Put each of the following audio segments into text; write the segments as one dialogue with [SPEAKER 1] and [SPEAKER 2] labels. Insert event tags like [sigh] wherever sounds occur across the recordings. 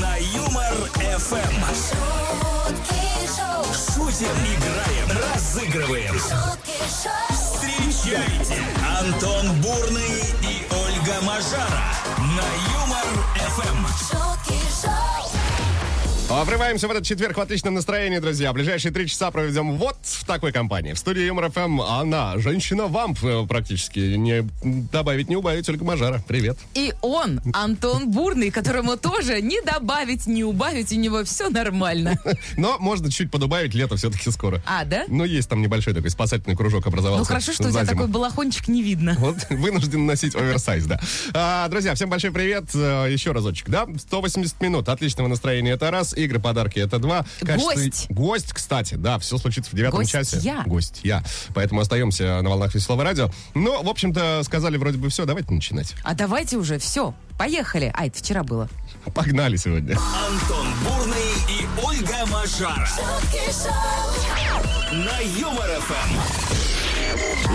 [SPEAKER 1] На Юмор ФМ. Шутим, играем, разыгрываем. Встречайте Антон Бурный и Ольга Мажара на Юмор Эм. ФМ.
[SPEAKER 2] А Врываемся в этот четверг в отличном настроении, друзья. Ближайшие три часа проведем вот в такой компании. В студии Юмор ФМ она, женщина-вамп э, практически. Не добавить, не убавить, Ольга Мажара. Привет. [laughs]
[SPEAKER 3] И он, Антон Бурный, которому тоже не добавить, не убавить, у него все нормально.
[SPEAKER 2] Но можно чуть подубавить, лето все-таки скоро.
[SPEAKER 3] А, да?
[SPEAKER 2] Ну, есть там небольшой такой спасательный кружок образовался.
[SPEAKER 3] Ну хорошо, что у
[SPEAKER 2] за
[SPEAKER 3] тебя
[SPEAKER 2] зиму.
[SPEAKER 3] такой балахончик не видно.
[SPEAKER 2] Вот, [laughs] вынужден носить оверсайз, да. А, друзья, всем большой привет. А, Еще разочек, да? 180 минут отличного настроения это раз, игры, подарки это два.
[SPEAKER 3] Гость.
[SPEAKER 2] Гость, кстати, да, все случится в девятом
[SPEAKER 3] Гость
[SPEAKER 2] часе.
[SPEAKER 3] я.
[SPEAKER 2] Гость я. Поэтому остаемся на волнах Веселого радио. Ну, в общем-то, сказали вроде бы все, давайте начинать.
[SPEAKER 3] А давайте уже, все, поехали. А, это вчера было.
[SPEAKER 2] Погнали сегодня.
[SPEAKER 1] Антон Бурный и Ольга Мажара на Юмор Эм. ФМ.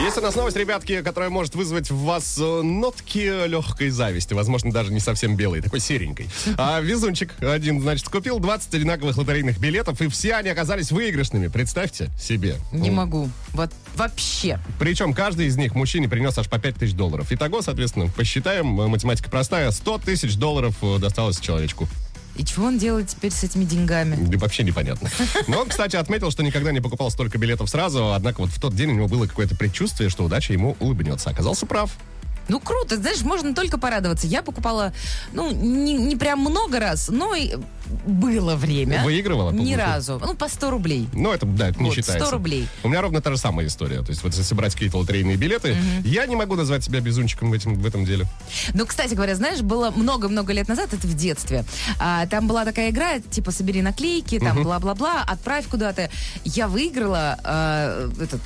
[SPEAKER 2] Есть у нас новость, ребятки, которая может вызвать в вас э, нотки легкой зависти. Возможно, даже не совсем белой, такой серенькой. А везунчик один, значит, купил 20 одинаковых лотерейных билетов, и все они оказались выигрышными. Представьте себе.
[SPEAKER 3] Не могу. Вот вообще.
[SPEAKER 2] Причем каждый из них мужчине принес аж по 5 тысяч долларов. Итого, соответственно, посчитаем, э, математика простая, 100 тысяч долларов э, досталось человечку.
[SPEAKER 3] И чего он делает теперь с этими деньгами?
[SPEAKER 2] Да Вообще непонятно. Но он, кстати, отметил, что никогда не покупал столько билетов сразу, однако вот в тот день у него было какое-то предчувствие, что удача ему улыбнется. Оказался прав.
[SPEAKER 3] Ну, круто, знаешь, можно только порадоваться. Я покупала, ну, не, не прям много раз, но и было время.
[SPEAKER 2] Выигрывала,
[SPEAKER 3] Ни
[SPEAKER 2] получается?
[SPEAKER 3] разу. Ну, по 100 рублей.
[SPEAKER 2] Ну, это, да, это не
[SPEAKER 3] Вот,
[SPEAKER 2] считается.
[SPEAKER 3] 100 рублей.
[SPEAKER 2] У меня ровно та же самая история. То есть, вот если брать какие-то лотерейные билеты, я не могу назвать себя безумчиком в, этим, в этом деле. [laughs]
[SPEAKER 3] Ну, кстати говоря, знаешь, было много-много лет назад, это в детстве. а, там была такая игра, типа, собери наклейки, там, бла-бла-бла, отправь куда-то. Я выиграла а, этот...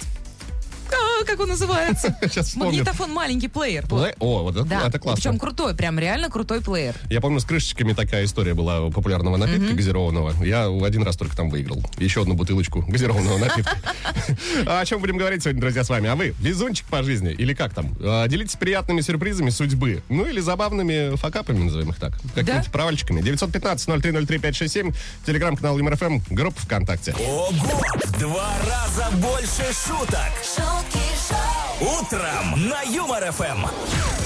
[SPEAKER 3] а, как он называется?
[SPEAKER 2] [laughs] Сейчас вспомню.
[SPEAKER 3] Магнитофон маленький плеер. Вот.
[SPEAKER 2] Лэ- О, вот это,
[SPEAKER 3] Да,
[SPEAKER 2] это классно.
[SPEAKER 3] причем крутой, прям реально крутой плеер.
[SPEAKER 2] Я помню, с крышечками такая история была у популярного напитка газированного. Я один раз только там выиграл. Еще одну бутылочку газированного напитка. А О чем будем говорить сегодня, друзья, с вами? А вы везунчик по жизни или как там? А, Делитесь приятными сюрпризами судьбы. Ну или забавными факапами, назовем их так. Какими-то провальчиками. 915-0303-567, телеграм-канал МРФМ, группа ВКонтакте.
[SPEAKER 1] Ого! В два раза больше шуток. Утром на Юмор Эм. ФМ.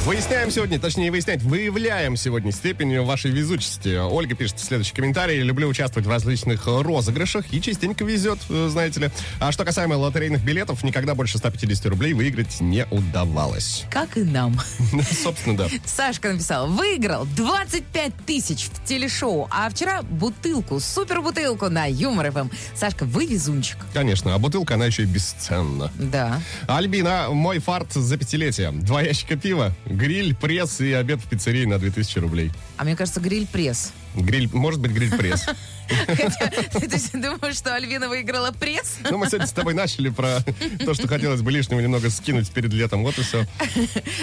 [SPEAKER 2] Выясняем сегодня, точнее выяснять, выявляем сегодня степень вашей везучести. Ольга пишет следующий комментарий. Люблю участвовать в различных розыгрышах и частенько везет, э, знаете ли. А что касаемо лотерейных билетов, никогда больше 150 рублей выиграть не удавалось. [laughs]
[SPEAKER 3] Как и нам.
[SPEAKER 2] Ну, Собственно, да.
[SPEAKER 3] Сашка написал, выиграл 25 тысяч в телешоу, а вчера бутылку, супербутылку на Юмор ФМ. Сашка, вы везунчик.
[SPEAKER 2] Конечно, а бутылка, она еще и бесценна.
[SPEAKER 3] Да.
[SPEAKER 2] Альбина, мой фарт за пятилетие. Два ящика пива, гриль, пресс и обед в пиццерии на 2000 рублей.
[SPEAKER 3] А мне кажется, гриль-пресс.
[SPEAKER 2] Гриль, может быть, гриль-пресс.
[SPEAKER 3] Хотя, [laughs] ты все думаешь, что Альвина выиграла пресс?
[SPEAKER 2] Ну, мы сегодня с тобой начали про [laughs] то, что хотелось бы лишнего немного скинуть перед летом. Вот и все.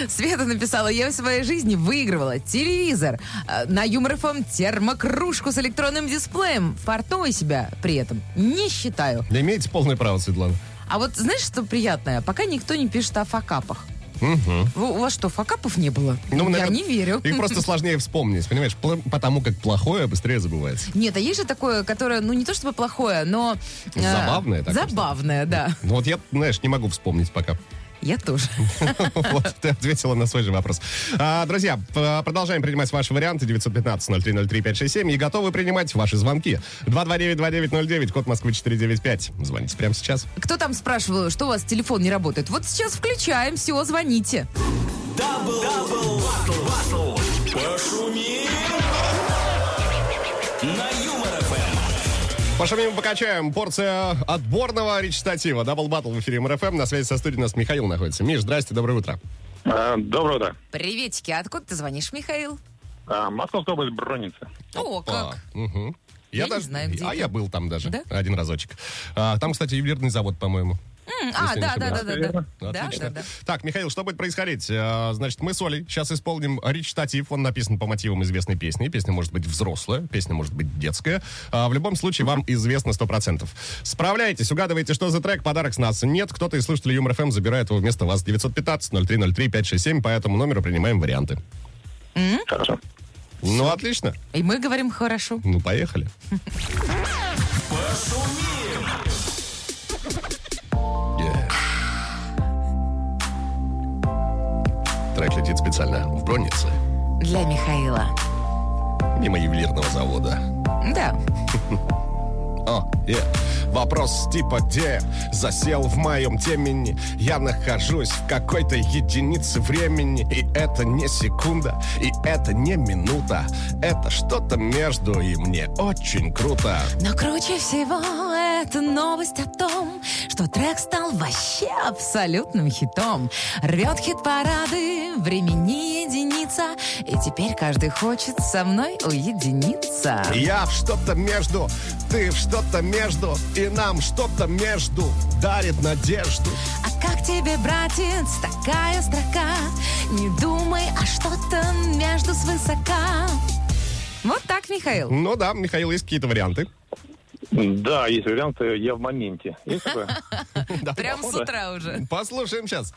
[SPEAKER 3] Света написала, я в своей жизни выигрывала телевизор, э, на Юмор ФМ термокружку с электронным дисплеем. Фартовой себя при этом не считаю.
[SPEAKER 2] Да имеете полное право, Светлана.
[SPEAKER 3] А вот знаешь, что приятное? Пока никто не пишет о факапах.
[SPEAKER 2] Угу.
[SPEAKER 3] Вы- У вас что, факапов не было? Я
[SPEAKER 2] наверное,
[SPEAKER 3] не верю.
[SPEAKER 2] Ну, Их просто сложнее вспомнить, понимаешь? Пл- Потому как плохое быстрее забывается.
[SPEAKER 3] [laughs] Нет, а есть же такое, которое, ну, не то чтобы плохое, но... э,
[SPEAKER 2] Забавное такое,
[SPEAKER 3] Забавное, да.
[SPEAKER 2] Ну вот я, знаешь, не могу вспомнить пока. [laughs]
[SPEAKER 3] Я тоже.
[SPEAKER 2] Вот ты ответила на свой же вопрос. А, Друзья, п- продолжаем принимать ваши варианты 915-0303-567 и готовы принимать ваши звонки. 229-2909, код Москвы 495. Звоните прямо сейчас.
[SPEAKER 3] Кто там спрашивал, что у вас телефон не работает? Вот сейчас включаем, все, звоните.
[SPEAKER 1] Дабл, дабл, батл, батл. Пошумим. На Юмор Эм. ФМ.
[SPEAKER 2] Пошумим, покачаем. Порция отборного речитатива. Дабл Баттл в эфире МРФМ. На связи со студией у нас Михаил находится. Миш, здрасте, доброе утро.
[SPEAKER 4] А, Доброе утро.
[SPEAKER 3] Приветики, а откуда ты звонишь, Михаил?
[SPEAKER 4] А, Московская область, Броница.
[SPEAKER 3] О,
[SPEAKER 2] Па.
[SPEAKER 3] как.
[SPEAKER 2] А, Мгм. Я,
[SPEAKER 3] Я не
[SPEAKER 2] даже,
[SPEAKER 3] знаю, где
[SPEAKER 2] а
[SPEAKER 3] это.
[SPEAKER 2] я был там даже
[SPEAKER 3] Да?
[SPEAKER 2] один разочек. А, там, кстати, ювелирный завод, по-моему.
[SPEAKER 3] М, А,
[SPEAKER 2] Если не
[SPEAKER 3] да, да, да,
[SPEAKER 2] ошибаюсь.
[SPEAKER 3] да, да.
[SPEAKER 4] Верно.
[SPEAKER 3] Да,
[SPEAKER 2] Отлично.
[SPEAKER 3] да, да.
[SPEAKER 2] Так, Михаил, что будет происходить? А, Значит, мы с Олей сейчас исполним речитатив. Он написан по мотивам известной песни. Песня может быть взрослая, песня может быть детская. А, В любом случае, вам известно 100%. Справляйтесь, угадываете, что за трек, подарок с нас нет. Кто-то из слушателей Юмор ФМ забирает его вместо вас. 915-0303-567. По этому номеру принимаем варианты.
[SPEAKER 4] Хорошо.
[SPEAKER 2] Ну, отлично.
[SPEAKER 3] И мы говорим хорошо.
[SPEAKER 2] Ну, поехали.
[SPEAKER 1] Пошумим!
[SPEAKER 2] Yeah. Трек летит специально в Броннице,
[SPEAKER 3] Для Михаила.
[SPEAKER 2] мимо ювелирного завода.
[SPEAKER 3] Да.
[SPEAKER 2] О, е. Вопрос типа где засел в моем темени Я нахожусь в какой-то единице времени И это не секунда, и это не минута Это что-то между, и мне очень круто
[SPEAKER 3] Но круче всего это новость о том, что трек стал вообще абсолютным хитом. Рвет хит-парады, времени единица, и теперь каждый хочет со мной уединиться.
[SPEAKER 2] Я в что-то между, ты в что-то между И нам что-то между дарит надежду
[SPEAKER 3] А как тебе, братец, такая строка? Не думай, а что-то между свысока. Вот так, Михаил.
[SPEAKER 2] Ну да, Михаил, есть какие-то варианты
[SPEAKER 4] Да, есть варианты. Я в моменте.
[SPEAKER 3] [laughs]
[SPEAKER 4] Есть такое?
[SPEAKER 3] Прям с утра уже.
[SPEAKER 2] Послушаем сейчас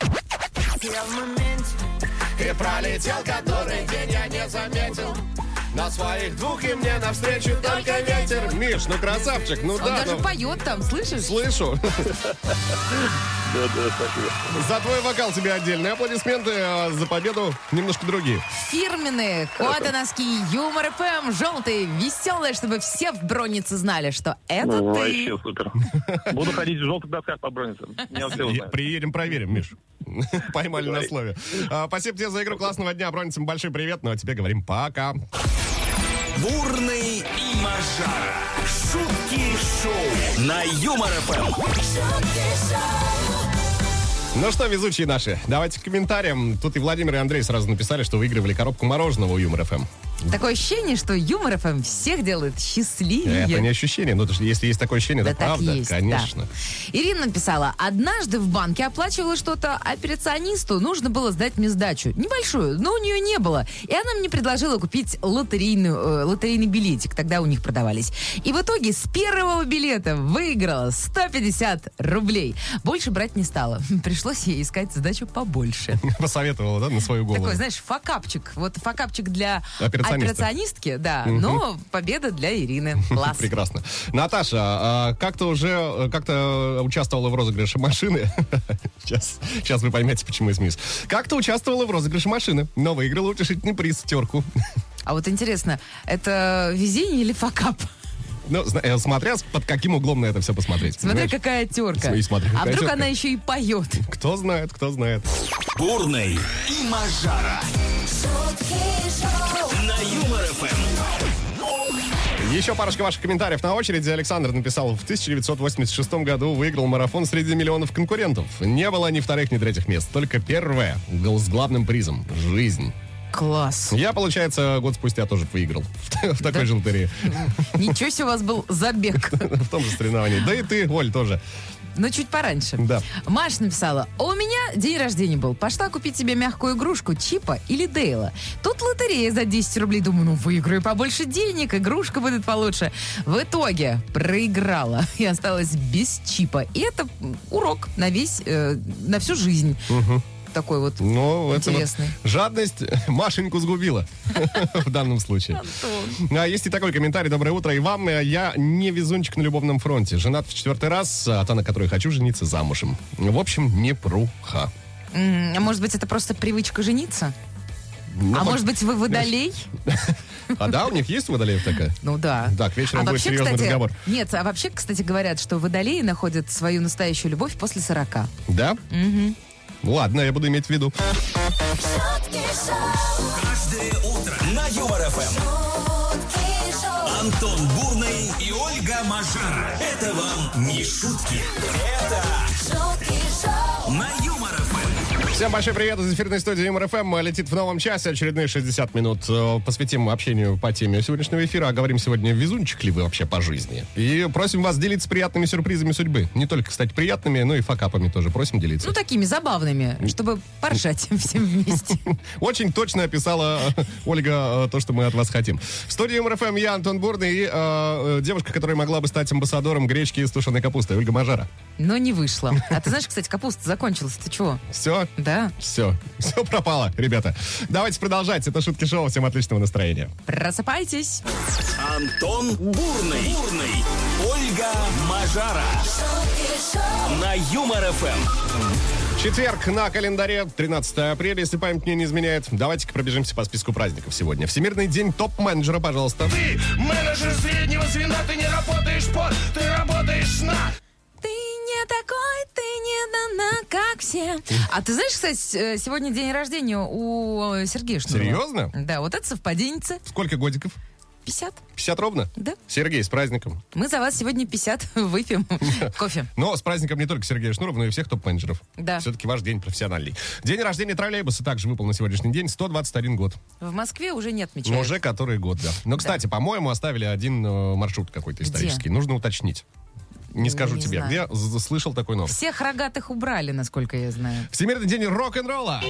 [SPEAKER 5] Я в моменте,
[SPEAKER 2] И пролетел который день я не заметил На своих двух и мне навстречу только ветер Миш, ну красавчик, ну
[SPEAKER 3] Он
[SPEAKER 2] да,
[SPEAKER 3] даже
[SPEAKER 2] ну,
[SPEAKER 3] поет там, слышишь?
[SPEAKER 2] слышу [laughs]
[SPEAKER 4] Да, да, спасибо.
[SPEAKER 2] За твой вокал тебе отдельные аплодисменты а За победу немножко другие
[SPEAKER 3] фирменные коты носки Юмор ПМ желтые, веселые, чтобы все в бронице знали, что это
[SPEAKER 4] Ну,
[SPEAKER 3] ты.
[SPEAKER 4] Вообще супер. Буду ходить в желтых досках по бронице. Меня все
[SPEAKER 2] Я-
[SPEAKER 4] узнают.
[SPEAKER 2] Приедем, проверим, Миш [laughs] Поймали на слове А, Спасибо тебе за игру, классного дня Броницам большой привет, ну а тебе говорим пока Ну
[SPEAKER 1] Бурный и Мажара. Шутки шоу на Юмор Эм. ФМ.
[SPEAKER 2] Ну что, везучие наши, давайте к комментариям Тут и Владимир, и Андрей сразу написали, что выигрывали коробку мороженого у Юмор ФМ
[SPEAKER 3] Такое ощущение, что Юмор ФМ всех делает счастливее.
[SPEAKER 2] Это не ощущение, ну то что если есть такое ощущение,
[SPEAKER 3] Да
[SPEAKER 2] это
[SPEAKER 3] так
[SPEAKER 2] правда,
[SPEAKER 3] есть,
[SPEAKER 2] конечно [laughs]
[SPEAKER 3] да. Ирина написала, однажды в банке оплачивала что-то операционисту, нужно было сдать мне сдачу. Небольшую, но у нее не было. И она мне предложила купить лотерейную, э, лотерейный билетик, тогда у них продавались. И в итоге с первого билета выиграла 150 рублей. Больше брать не стала. [laughs] Пришлось ей искать сдачу побольше.
[SPEAKER 2] Посоветовала, да, на свою голову.
[SPEAKER 3] Такой, знаешь, факапчик. Вот факапчик для
[SPEAKER 2] Операциониста.
[SPEAKER 3] операционистки, да, но победа
[SPEAKER 2] [laughs]
[SPEAKER 3] для Ирины. Класс.
[SPEAKER 2] Прекрасно. Наташа, а, как ты уже э, как-то участвовала в розыгрыше машины? [laughs] Сейчас, сейчас вы поймете, почему я смеюсь. Как ты участвовала в розыгрыше машины, но выиграла утешительный приз терку.
[SPEAKER 3] А вот интересно, это везение или факап?
[SPEAKER 2] Ну, зна- э, смотря с- под каким углом на это все посмотреть.
[SPEAKER 3] Смотри,
[SPEAKER 2] понимаешь?
[SPEAKER 3] какая терка.
[SPEAKER 2] Смотри, смотри,
[SPEAKER 3] а
[SPEAKER 2] какая
[SPEAKER 3] вдруг
[SPEAKER 2] терка.
[SPEAKER 3] она еще и поет?
[SPEAKER 2] Кто знает, кто знает.
[SPEAKER 1] Бурный и Мажара. На Юмор ФМ.
[SPEAKER 2] Еще парочка ваших комментариев на очереди. Александр написал, в 1986 году выиграл марафон среди миллионов конкурентов. Не было ни вторых, ни третьих мест. Только первое был с главным призом – жизнь.
[SPEAKER 3] Класс.
[SPEAKER 2] Я, получается, год спустя тоже выиграл [laughs] в такой же лотерее, [laughs]
[SPEAKER 3] Ничего себе у вас был забег.
[SPEAKER 2] в том же соревновании. Да и ты, Оль, тоже.
[SPEAKER 3] Но чуть пораньше.
[SPEAKER 2] Да.
[SPEAKER 3] Маша написала, «А у меня день рождения был. Пошла купить себе мягкую игрушку Чипа или Дейла. Тут лотерея за 10 рублей. Думаю, ну выиграю побольше денег, игрушка будет получше. В итоге проиграла и осталась без Чипа. И это урок на весь, э, на всю жизнь. Такой вот
[SPEAKER 2] Но Ну, это вот
[SPEAKER 3] Интересный.
[SPEAKER 2] жадность [laughs] Машеньку сгубила в данном случае. А есть и такой комментарий. Доброе утро и вам. Я не везунчик на любовном фронте. Женат в четвертый раз, а та, на которой хочу жениться, замужем. В общем, не пруха.
[SPEAKER 3] М, А может быть, это просто привычка жениться?
[SPEAKER 2] Ну,
[SPEAKER 3] а
[SPEAKER 2] так-
[SPEAKER 3] может быть, вы водолей?
[SPEAKER 2] А да, у них есть водолеев такая?
[SPEAKER 3] Ну да.
[SPEAKER 2] Так, вечером
[SPEAKER 3] а
[SPEAKER 2] будет
[SPEAKER 3] вообще,
[SPEAKER 2] серьезный
[SPEAKER 3] кстати,
[SPEAKER 2] разговор.
[SPEAKER 3] Нет, а вообще, кстати, говорят, что водолеи находят свою настоящую любовь после 40.
[SPEAKER 2] Да? Ладно, я буду иметь в виду.
[SPEAKER 1] Каждое утро на Юмор ФМ. Антон Бурный и Ольга Мажара. Это вам не шутки. Это на Юмор ФМ.
[SPEAKER 2] Всем большой привет из эфирной студии МРФМ. Летит в новом часе очередные 60 минут. э, Посвятим общению по теме сегодняшнего эфира. А говорим сегодня, везунчик ли вы вообще по жизни. И просим вас делиться приятными сюрпризами судьбы. Не только, кстати, приятными, но и факапами тоже просим делиться.
[SPEAKER 3] Ну, такими забавными, чтобы поржать
[SPEAKER 2] [laughs]
[SPEAKER 3] всем вместе.
[SPEAKER 2] Очень точно описала э, Ольга э, то, что мы от вас хотим. В студии МРФМ я, Антон Бурный, и э, э, девушка, которая могла бы стать амбассадором гречки и тушеной капусты, Ольга Мажара.
[SPEAKER 3] Но не вышло. А ты знаешь, кстати, капуста закончилась. Ты чего?
[SPEAKER 2] Все?
[SPEAKER 3] да?
[SPEAKER 2] [laughs] Все, все пропало, ребята. Давайте продолжать. Это шутки шоу. Всем отличного настроения.
[SPEAKER 3] Просыпайтесь.
[SPEAKER 1] Антон Бурный. Бурный. Ольга Мажара. На Юмор ФМ.
[SPEAKER 2] Четверг на календаре, 13 апреля, если память мне не изменяет. Давайте-ка пробежимся по списку праздников сегодня. Всемирный день топ-менеджера, пожалуйста.
[SPEAKER 6] Ты менеджер среднего звена, ты не работаешь под, ты работаешь на.
[SPEAKER 3] Ты не такой, ты не дана, как все. А ты знаешь, кстати, с- э, сегодня день рождения у э, Сергея Шнурова.
[SPEAKER 2] Серьезно?
[SPEAKER 3] Да, вот это совпаденница.
[SPEAKER 2] Сколько годиков?
[SPEAKER 3] 50.
[SPEAKER 2] 50 ровно?
[SPEAKER 3] Да.
[SPEAKER 2] Сергей, с праздником.
[SPEAKER 3] Мы за вас сегодня 50 [laughs] выпьем
[SPEAKER 2] [laughs]
[SPEAKER 3] кофе.
[SPEAKER 2] Но с праздником не только Сергея Шнурова, но и всех топ-менеджеров.
[SPEAKER 3] Да.
[SPEAKER 2] Все-таки ваш день профессиональный. День рождения троллейбуса также выпал на сегодняшний день 121 год.
[SPEAKER 3] В Москве уже не
[SPEAKER 2] Но
[SPEAKER 3] отмечают.
[SPEAKER 2] уже который год, да. Но, кстати, по-моему, оставили один э, маршрут какой-то
[SPEAKER 3] Где?
[SPEAKER 2] исторический. Нужно уточнить. Не скажу
[SPEAKER 3] Не
[SPEAKER 2] тебе,
[SPEAKER 3] знаю.
[SPEAKER 2] где з- слышал такой новость.
[SPEAKER 3] Всех рогатых убрали, насколько я знаю.
[SPEAKER 2] Всемирный день рок-н-ролла.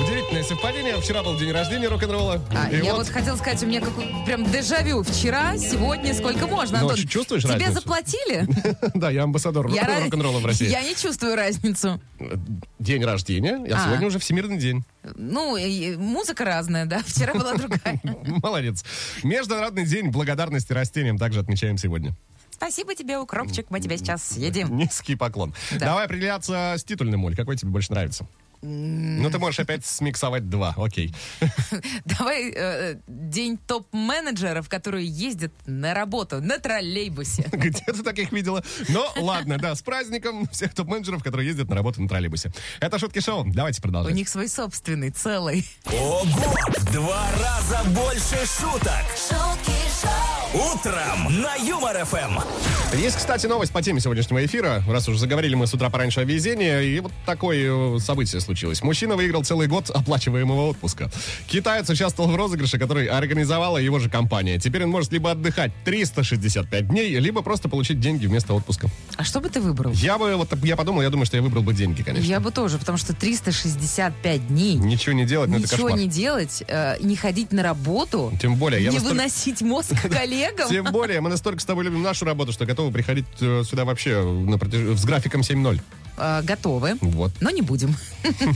[SPEAKER 2] Удивительное совпадение. Вчера был день рождения рок-н-ролла.
[SPEAKER 3] А,
[SPEAKER 2] Ну И
[SPEAKER 3] я
[SPEAKER 2] вот
[SPEAKER 3] вот хотела сказать, у меня как прям дежавю. Вчера, сегодня, сколько можно,
[SPEAKER 2] Ну,
[SPEAKER 3] Антон?
[SPEAKER 2] ч- чувствуешь
[SPEAKER 3] Тебе
[SPEAKER 2] разницу? [laughs]
[SPEAKER 3] заплатили?
[SPEAKER 2] Да, я амбассадор
[SPEAKER 3] Я раз-
[SPEAKER 2] рок-н-ролла в России.
[SPEAKER 3] [laughs]
[SPEAKER 2] Э,
[SPEAKER 3] Я не чувствую разницу.
[SPEAKER 2] День рождения, а
[SPEAKER 3] А.
[SPEAKER 2] сегодня уже Всемирный день.
[SPEAKER 3] Ну, и музыка разная, да. [laughs] Вчера была
[SPEAKER 2] [laughs]
[SPEAKER 3] другая.
[SPEAKER 2] Молодец. Международный день благодарности растениям также отмечаем сегодня.
[SPEAKER 3] Спасибо тебе, укропчик. Мы тебя сейчас съедим.
[SPEAKER 2] [laughs] Низкий поклон.
[SPEAKER 3] Да.
[SPEAKER 2] Давай определяться с титульным, Оль. Какой тебе больше нравится? Ну, ты можешь опять смиксовать два, окей.
[SPEAKER 3] Давай э, день топ-менеджеров, которые ездят на работу
[SPEAKER 2] [laughs]
[SPEAKER 3] на троллейбусе.
[SPEAKER 2] Где ты таких видела? Но ладно, да, с праздником всех топ-менеджеров, которые ездят на работу на троллейбусе. Это Шутки Шоу, давайте
[SPEAKER 3] У
[SPEAKER 2] продолжать.
[SPEAKER 3] них свой собственный, целый.
[SPEAKER 1] Ого! В два раза больше шуток. Утром на Юмор ФМ.
[SPEAKER 2] Есть, кстати, новость по теме сегодняшнего эфира. Раз уж заговорили мы с утра пораньше о везении, и вот такое э, событие случилось. Мужчина выиграл целый год оплачиваемого отпуска. Китаец участвовал в розыгрыше, который организовала его же компания. Теперь он может либо отдыхать 365 дней, либо просто получить деньги вместо отпуска.
[SPEAKER 3] А что бы ты выбрал?
[SPEAKER 2] Я бы, вот я подумал, я думаю, что я выбрал бы деньги, конечно.
[SPEAKER 3] Я бы тоже, потому что 365 дней
[SPEAKER 2] Ничего не делать, но это
[SPEAKER 3] ничего
[SPEAKER 2] кошмар.
[SPEAKER 3] не делать, э, не ходить на работу,
[SPEAKER 2] Тем более, я
[SPEAKER 3] не
[SPEAKER 2] настолько- [laughs]
[SPEAKER 3] выносить мозг коллегам.
[SPEAKER 2] Тем более, мы настолько с тобой любим нашу работу, что готовы приходить э, сюда вообще на протяж- с графиком 7-0.
[SPEAKER 3] Э, готовы.
[SPEAKER 2] Вот.
[SPEAKER 3] Но не будем. [laughs]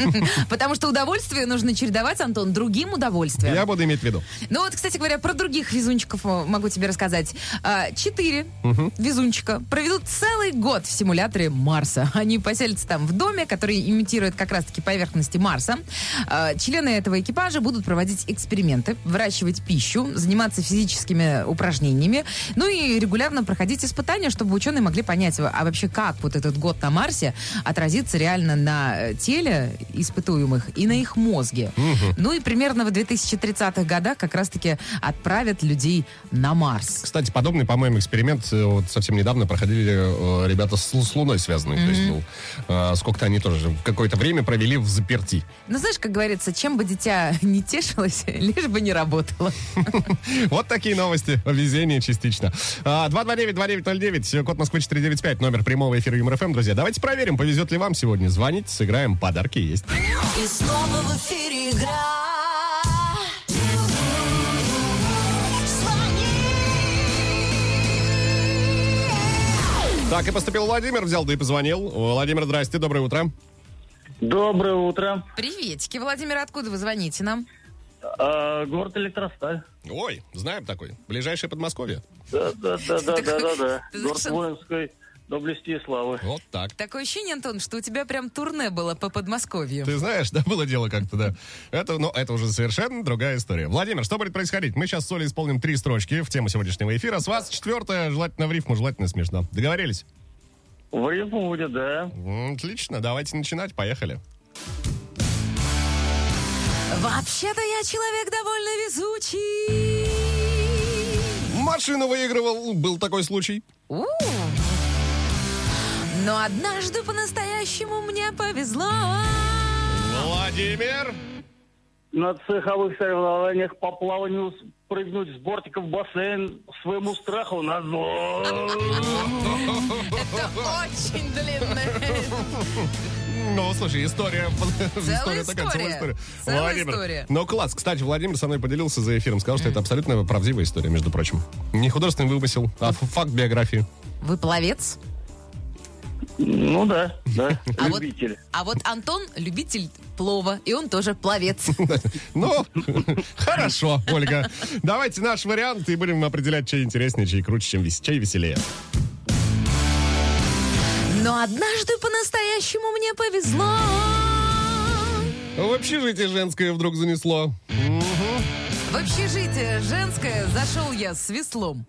[SPEAKER 3] Потому что удовольствие нужно чередовать, Антон, другим удовольствием.
[SPEAKER 2] Я буду иметь в виду.
[SPEAKER 3] Ну вот, кстати говоря, про других везунчиков э, могу тебе рассказать. А, Четыре везунчика проведут целый год в симуляторе Марса. Они поселятся там в доме, который имитирует как раз-таки поверхности Марса. А, Члены этого экипажа будут проводить эксперименты, выращивать пищу, заниматься физическими упражнениями, ну и регулярно проходить испытания, чтобы ученые могли понять, а вообще как вот этот год на Марсе отразится реально на э, теле испытуемых и на их мозге. Ну и примерно в 2030-х годах как раз-таки отправят людей на Марс.
[SPEAKER 2] Кстати, подобный, по-моему, эксперимент э, вот совсем недавно проходили э, ребята с, Лу- с Луной связанные. То есть, ну, э, сколько-то они тоже в какое-то время провели в заперти. [laughs]
[SPEAKER 3] Ну, знаешь, как говорится, чем бы дитя [laughs] не тешилось, лишь бы не работало.
[SPEAKER 2] Вот такие новости. Везение частично. А, 229-2909, э, код Москвы 495, номер прямого эфира ЮМРФМ, друзья. Давайте проверим, повезет ли вам сегодня. Звоните, сыграем, подарки есть.
[SPEAKER 5] И снова в эфире игра.
[SPEAKER 2] Так и поступил Владимир, взял да и позвонил. Владимир, здрасте, доброе утро.
[SPEAKER 4] Доброе утро.
[SPEAKER 3] Приветики, Владимир, откуда вы звоните нам?
[SPEAKER 4] А, город Электросталь.
[SPEAKER 2] Ой, знаем такой. Ближайшее Подмосковье.
[SPEAKER 4] Да, да, да, да, да, да, да.
[SPEAKER 3] Ты
[SPEAKER 4] Город
[SPEAKER 3] слышал?
[SPEAKER 4] воинской доблести и славы.
[SPEAKER 2] Вот так.
[SPEAKER 3] Такое ощущение, Антон, что у тебя прям турне было по Подмосковью.
[SPEAKER 2] Ты знаешь, да, было дело как-то, да. Это, но это уже совершенно другая история. Владимир, что будет происходить? Мы сейчас с Олей исполним три строчки в тему сегодняшнего эфира. С вас четвертая, желательно в рифму, желательно смешно. Договорились?
[SPEAKER 4] В рифму будет, да.
[SPEAKER 2] М, Отлично, давайте начинать, поехали.
[SPEAKER 3] Вообще-то я человек довольно везучий.
[SPEAKER 2] Машину выигрывал, был такой случай.
[SPEAKER 3] У. Но однажды по-настоящему мне повезло.
[SPEAKER 2] Владимир!
[SPEAKER 4] На цеховых соревнованиях по плаванию с- прыгнуть с бортика в бассейн своему страху на
[SPEAKER 3] Это очень длинная.
[SPEAKER 2] Ну, слушай, история... [laughs] целая
[SPEAKER 3] Целая история.
[SPEAKER 2] история.
[SPEAKER 3] Целая
[SPEAKER 2] Владимир.
[SPEAKER 3] история.
[SPEAKER 2] Ну, класс. Кстати, Владимир со мной поделился за эфиром. Сказал, что это абсолютно правдивая история, между прочим. Не художественный вымысел, а ф- факт биографии.
[SPEAKER 3] Вы пловец?
[SPEAKER 4] Ну да, да,
[SPEAKER 3] А вот,
[SPEAKER 4] любитель.
[SPEAKER 3] а вот Антон любитель плова, и он тоже пловец.
[SPEAKER 2] Ну, [laughs] хорошо, Ольга. Давайте наш вариант и будем определять, чей интереснее, чей круче, чем вес- чей веселее.
[SPEAKER 3] Но однажды по-настоящему мне повезло.
[SPEAKER 2] В общежитие женское вдруг занесло.
[SPEAKER 3] В общежитие женское зашел я с веслом.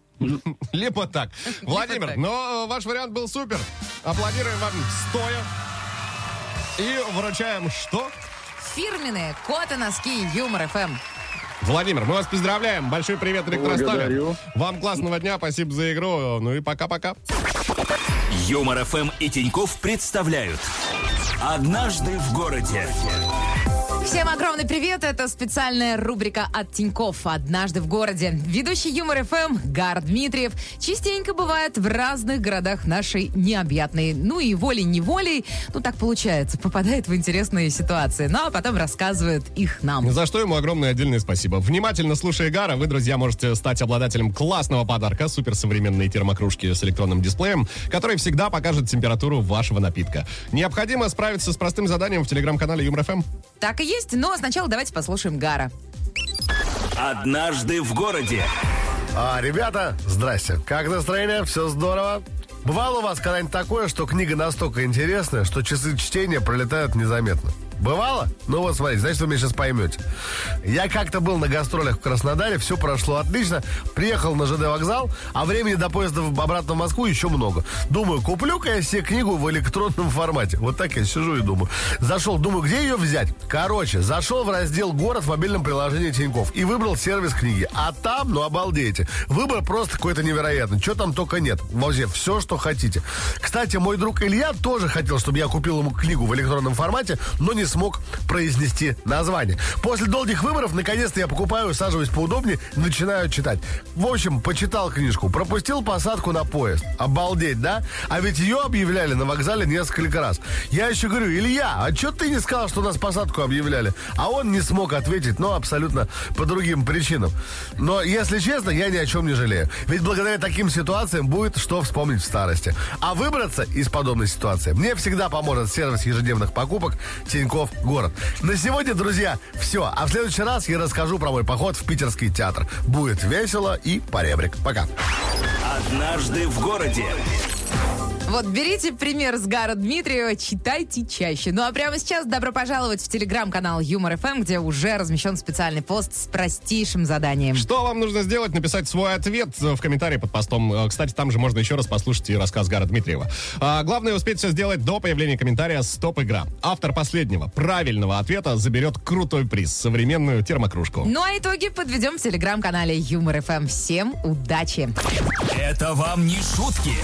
[SPEAKER 2] Либо так. Владимир,
[SPEAKER 3] так.
[SPEAKER 2] но э, ваш вариант был супер. Аплодируем вам стоя. И вручаем что?
[SPEAKER 3] Фирменные кота-носки Юмор ФМ.
[SPEAKER 2] Владимир, мы вас поздравляем. Большой привет электроставе.
[SPEAKER 4] Благодарю.
[SPEAKER 2] Вам классного дня, спасибо за игру. Ну и пока-пока.
[SPEAKER 1] Юмор ФМ и Тиньков представляют Однажды в городе.
[SPEAKER 3] Всем огромный привет! Это специальная рубрика от Тиньков «Однажды в городе». Ведущий Юмор ФМ Гар Дмитриев частенько бывает в разных городах нашей необъятной. Ну и волей-неволей, ну так получается, попадает в интересные ситуации. Ну а потом рассказывает их нам.
[SPEAKER 2] За что ему огромное отдельное спасибо. Внимательно слушая Гара, вы, друзья, можете стать обладателем классного подарка суперсовременные термокружки с электронным дисплеем, который всегда покажет температуру вашего напитка. Необходимо справиться с простым заданием в телеграм-канале Юмор ФМ.
[SPEAKER 3] Так и есть, но сначала давайте послушаем Гара.
[SPEAKER 1] Однажды в городе.
[SPEAKER 7] А, ребята, здрасте. Как настроение? Все здорово? Бывало у вас когда-нибудь такое, что книга настолько интересная, что часы чтения пролетают незаметно? Бывало? Ну вот смотрите, значит, вы меня сейчас поймете. Я как-то был на гастролях в Краснодаре, все прошло отлично. Приехал на ЖД вокзал, а времени до поезда в- обратно в Москву еще много. Думаю, куплю-ка я себе книгу в электронном [laughs] формате. Вот так я сижу и думаю. Зашел, думаю, где ее взять? Короче, зашел в раздел «Город» в мобильном приложении Тинькофф и выбрал сервис книги. А там, ну обалдеете, выбор просто какой-то невероятный. Что там только нет. Вообще все, что хотите. Кстати, мой друг Илья тоже хотел, чтобы я купил ему книгу в электронном формате, но не смог произнести название. После долгих выборов, наконец-то я покупаю, усаживаюсь поудобнее, начинаю читать. В общем, почитал книжку, пропустил посадку на поезд. Обалдеть, да? А ведь ее объявляли на вокзале несколько раз. Я еще говорю, Илья, а что ты не сказал, что у нас посадку объявляли? А он не смог ответить, но абсолютно по другим причинам. Но, если честно, я ни о чем не жалею. Ведь благодаря таким ситуациям будет что вспомнить в старости. А выбраться из подобной ситуации мне всегда поможет сервис ежедневных покупок Тиньков Город. На сегодня, друзья, все. А в следующий раз я расскажу про мой поход в Питерский театр. Будет весело и поребрик. Пока.
[SPEAKER 1] Однажды в городе.
[SPEAKER 3] Вот берите пример с Гара Дмитриева, читайте чаще. Ну а прямо сейчас добро пожаловать в телеграм-канал Юмор ФМ, где уже размещен специальный пост с простейшим заданием.
[SPEAKER 2] Что вам нужно сделать? Написать свой ответ э, в комментарии под постом. Э, Кстати, там же можно еще раз послушать и рассказ Гара Дмитриева. А, главное успеть все сделать до появления комментария «Стоп-игра». Автор последнего правильного ответа заберет крутой приз – современную термокружку.
[SPEAKER 3] Ну а итоги подведем в телеграм-канале Юмор ФМ. Всем удачи!
[SPEAKER 1] Это вам не шутки.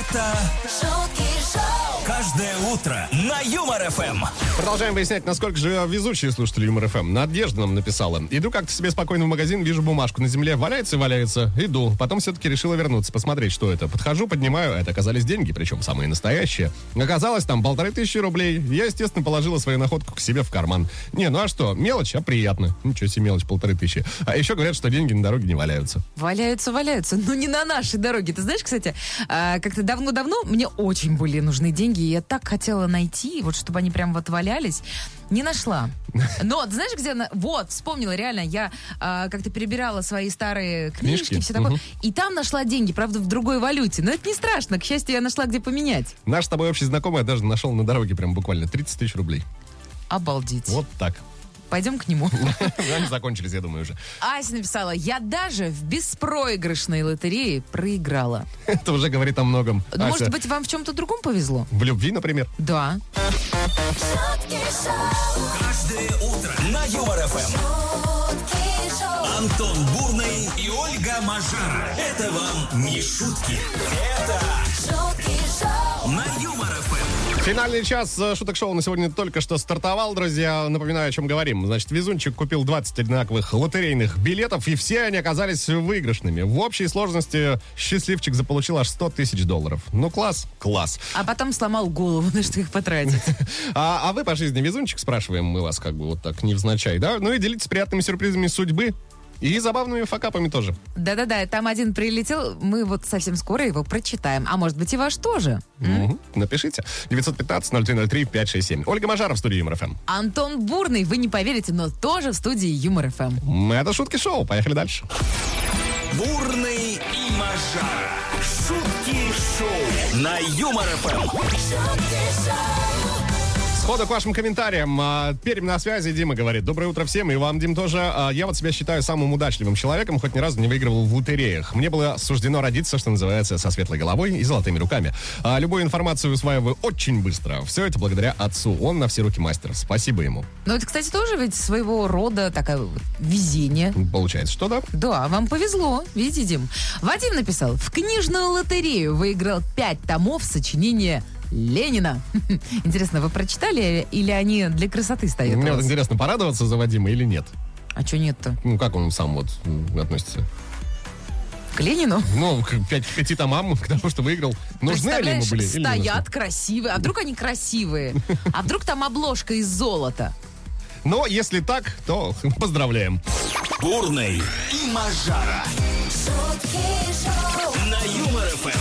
[SPEAKER 1] Это
[SPEAKER 5] шутки шоу,
[SPEAKER 1] каждое утро на Юмор ФМ.
[SPEAKER 2] Продолжаем выяснять, насколько же везучие слушатели Юмор ФМ. Надежда нам написала. Иду как-то себе спокойно в магазин, вижу бумажку на земле, валяется и валяется. Иду. Потом все-таки решила вернуться, посмотреть, что это. Подхожу, поднимаю. Это оказались деньги, причем самые настоящие. Оказалось, там полторы тысячи рублей. Я, естественно, положила свою находку к себе в карман. Не, ну а что? Мелочь, а приятно. Ничего себе, мелочь, полторы тысячи. А еще говорят, что деньги на дороге не валяются.
[SPEAKER 3] Валяются, валяются, но не на нашей дороге. Ты знаешь, кстати, а, как-то давно-давно мне очень были нужны деньги, и я так хотела найти, вот чтобы они прям вот валялись. Не нашла. Но ты знаешь, где она? Вот, вспомнила, реально, я а, как-то перебирала свои старые книжки,
[SPEAKER 2] Книжки?
[SPEAKER 3] все такое.
[SPEAKER 2] Мгм.
[SPEAKER 3] И там нашла деньги, правда, в другой валюте. Но это не страшно. К счастью, я нашла, где поменять.
[SPEAKER 2] Наш с тобой общий знакомый даже нашел на дороге прям буквально 30 тысяч рублей.
[SPEAKER 3] Обалдеть.
[SPEAKER 2] Вот так.
[SPEAKER 3] Пойдем
[SPEAKER 2] [laughs]
[SPEAKER 3] к нему.
[SPEAKER 2] Они закончились, я думаю, уже. [laughs]
[SPEAKER 3] Ася написала, я даже в беспроигрышной лотерее проиграла.
[SPEAKER 2] Это уже говорит о многом.
[SPEAKER 3] Ну,
[SPEAKER 2] Ася,
[SPEAKER 3] Может быть, вам в чем-то другом повезло?
[SPEAKER 2] В любви, например.
[SPEAKER 3] Да.
[SPEAKER 5] шутки шоу,
[SPEAKER 1] Каждое утро на Юмор ФМ.
[SPEAKER 5] шутки шоу.
[SPEAKER 1] Антон Бурный и Ольга Мажара. Это вам не шутки. Это
[SPEAKER 5] Шутки шоу,
[SPEAKER 1] на Юмор ФМ.
[SPEAKER 2] Финальный час э, шуток шоу на сегодня только что стартовал, друзья. Напоминаю, о чем говорим. Значит, везунчик купил 20 одинаковых лотерейных билетов, и все они оказались выигрышными. В общей сложности счастливчик заполучил аж 100 тысяч долларов. Ну, класс, класс.
[SPEAKER 3] А потом сломал голову, [laughs] на что их потратить.
[SPEAKER 2] А, а вы по жизни везунчик, спрашиваем мы вас как бы вот так невзначай, да? Ну и делитесь приятными сюрпризами судьбы. И забавными факапами тоже.
[SPEAKER 3] Да-да-да, там один прилетел, мы вот совсем скоро его прочитаем. А может быть и ваш тоже.
[SPEAKER 2] Мгм. Напишите. 915-0303-567. Ольга Мажаров в студии Юмор ФМ.
[SPEAKER 3] Антон Бурный, вы не поверите, но тоже в студии Юмор ФМ.
[SPEAKER 2] М, Это шутки шоу. Поехали дальше.
[SPEAKER 1] Бурный и Мажара. Шутки шоу на Юмор ФМ.
[SPEAKER 2] Сходу к вашим комментариям. А, Пермь на связи, Дима говорит. Доброе утро всем, и вам, Дим, тоже. А, Я вот себя считаю самым удачливым человеком, хоть ни разу не выигрывал в лотереях. Мне было суждено родиться, что называется, со светлой головой и золотыми руками. А, Любую информацию усваиваю очень быстро. Все это благодаря отцу. Он на все руки мастер. Спасибо ему.
[SPEAKER 3] Ну, это, кстати, тоже ведь своего рода такое вот везение.
[SPEAKER 2] Получается, что да?
[SPEAKER 3] Да, вам повезло, видите, Дим. Вадим написал, в книжную лотерею выиграл пять томов сочинения Ленина. [laughs] Интересно, вы прочитали или они для красоты стоят? у
[SPEAKER 2] Мне вот
[SPEAKER 3] вас?
[SPEAKER 2] интересно, порадоваться за Вадима или нет?
[SPEAKER 3] А что нет-то?
[SPEAKER 2] Ну, как он сам вот м, относится?
[SPEAKER 3] К Ленину?
[SPEAKER 2] Ну, к пять- пяти томам, [laughs] к тому, что выиграл. Нужны они ему
[SPEAKER 3] Представляешь,
[SPEAKER 2] были? или не нужны?
[SPEAKER 3] стоят красивые. А вдруг они красивые? А вдруг там обложка из золота?
[SPEAKER 2] Но если так, то [laughs] поздравляем.
[SPEAKER 1] Бурный и Мажара. На Юмор ФМ.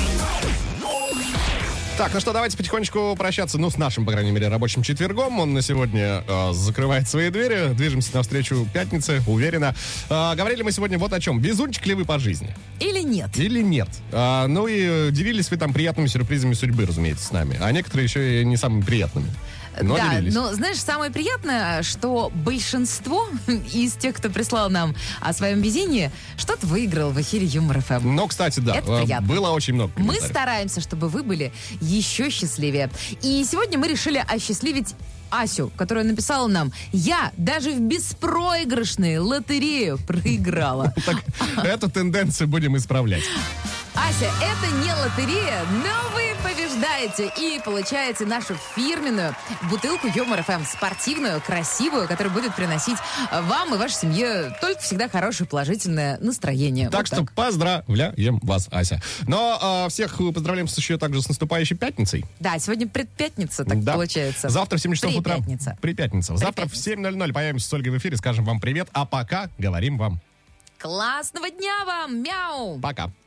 [SPEAKER 2] Так, ну что, давайте потихонечку прощаться, ну, с нашим, по крайней мере, рабочим четвергом. Он на сегодня э, закрывает свои двери. Движемся навстречу пятнице, уверенно. Э, говорили мы сегодня вот о чем. Везунчик ли вы по жизни?
[SPEAKER 3] Или нет?
[SPEAKER 2] Или нет? А, ну и э, делились вы там приятными сюрпризами судьбы, разумеется, с нами. А некоторые еще и не самыми приятными. Но
[SPEAKER 3] да,
[SPEAKER 2] делились.
[SPEAKER 3] но знаешь, самое приятное, что большинство [laughs] из тех, кто прислал нам о своем везении, что-то выиграл в эфире Юмор ФМ.
[SPEAKER 2] Но, кстати, да,
[SPEAKER 3] Это
[SPEAKER 2] э,
[SPEAKER 3] приятно.
[SPEAKER 2] было очень много.
[SPEAKER 3] Мы
[SPEAKER 2] комментариев.
[SPEAKER 3] стараемся, чтобы вы были еще счастливее. И сегодня мы решили осчастливить Асю, которая написала нам, я даже в беспроигрышные лотерею проиграла.
[SPEAKER 2] [laughs] Так,
[SPEAKER 3] [laughs]
[SPEAKER 2] эту тенденцию будем исправлять.
[SPEAKER 3] Ася, это не лотерея, но вы побеждаете и получаете нашу фирменную бутылку Юмор ФМ, спортивную, красивую, которая будет приносить вам и вашей семье только всегда хорошее положительное настроение.
[SPEAKER 2] Так
[SPEAKER 3] Вот
[SPEAKER 2] что поздравляем вас, Ася. Но э, всех поздравляем с- еще также с наступающей пятницей.
[SPEAKER 3] Да, сегодня предпятница, так
[SPEAKER 2] Да.
[SPEAKER 3] получается.
[SPEAKER 2] Завтра в 7 часов утра.
[SPEAKER 3] Припятница.
[SPEAKER 2] При пятница. Завтра в
[SPEAKER 3] Припятница.
[SPEAKER 2] 7.00 появимся с Ольгой в эфире, скажем вам привет. А пока говорим вам
[SPEAKER 3] Классного дня вам! Мяу!
[SPEAKER 2] пока.
[SPEAKER 1] Эм.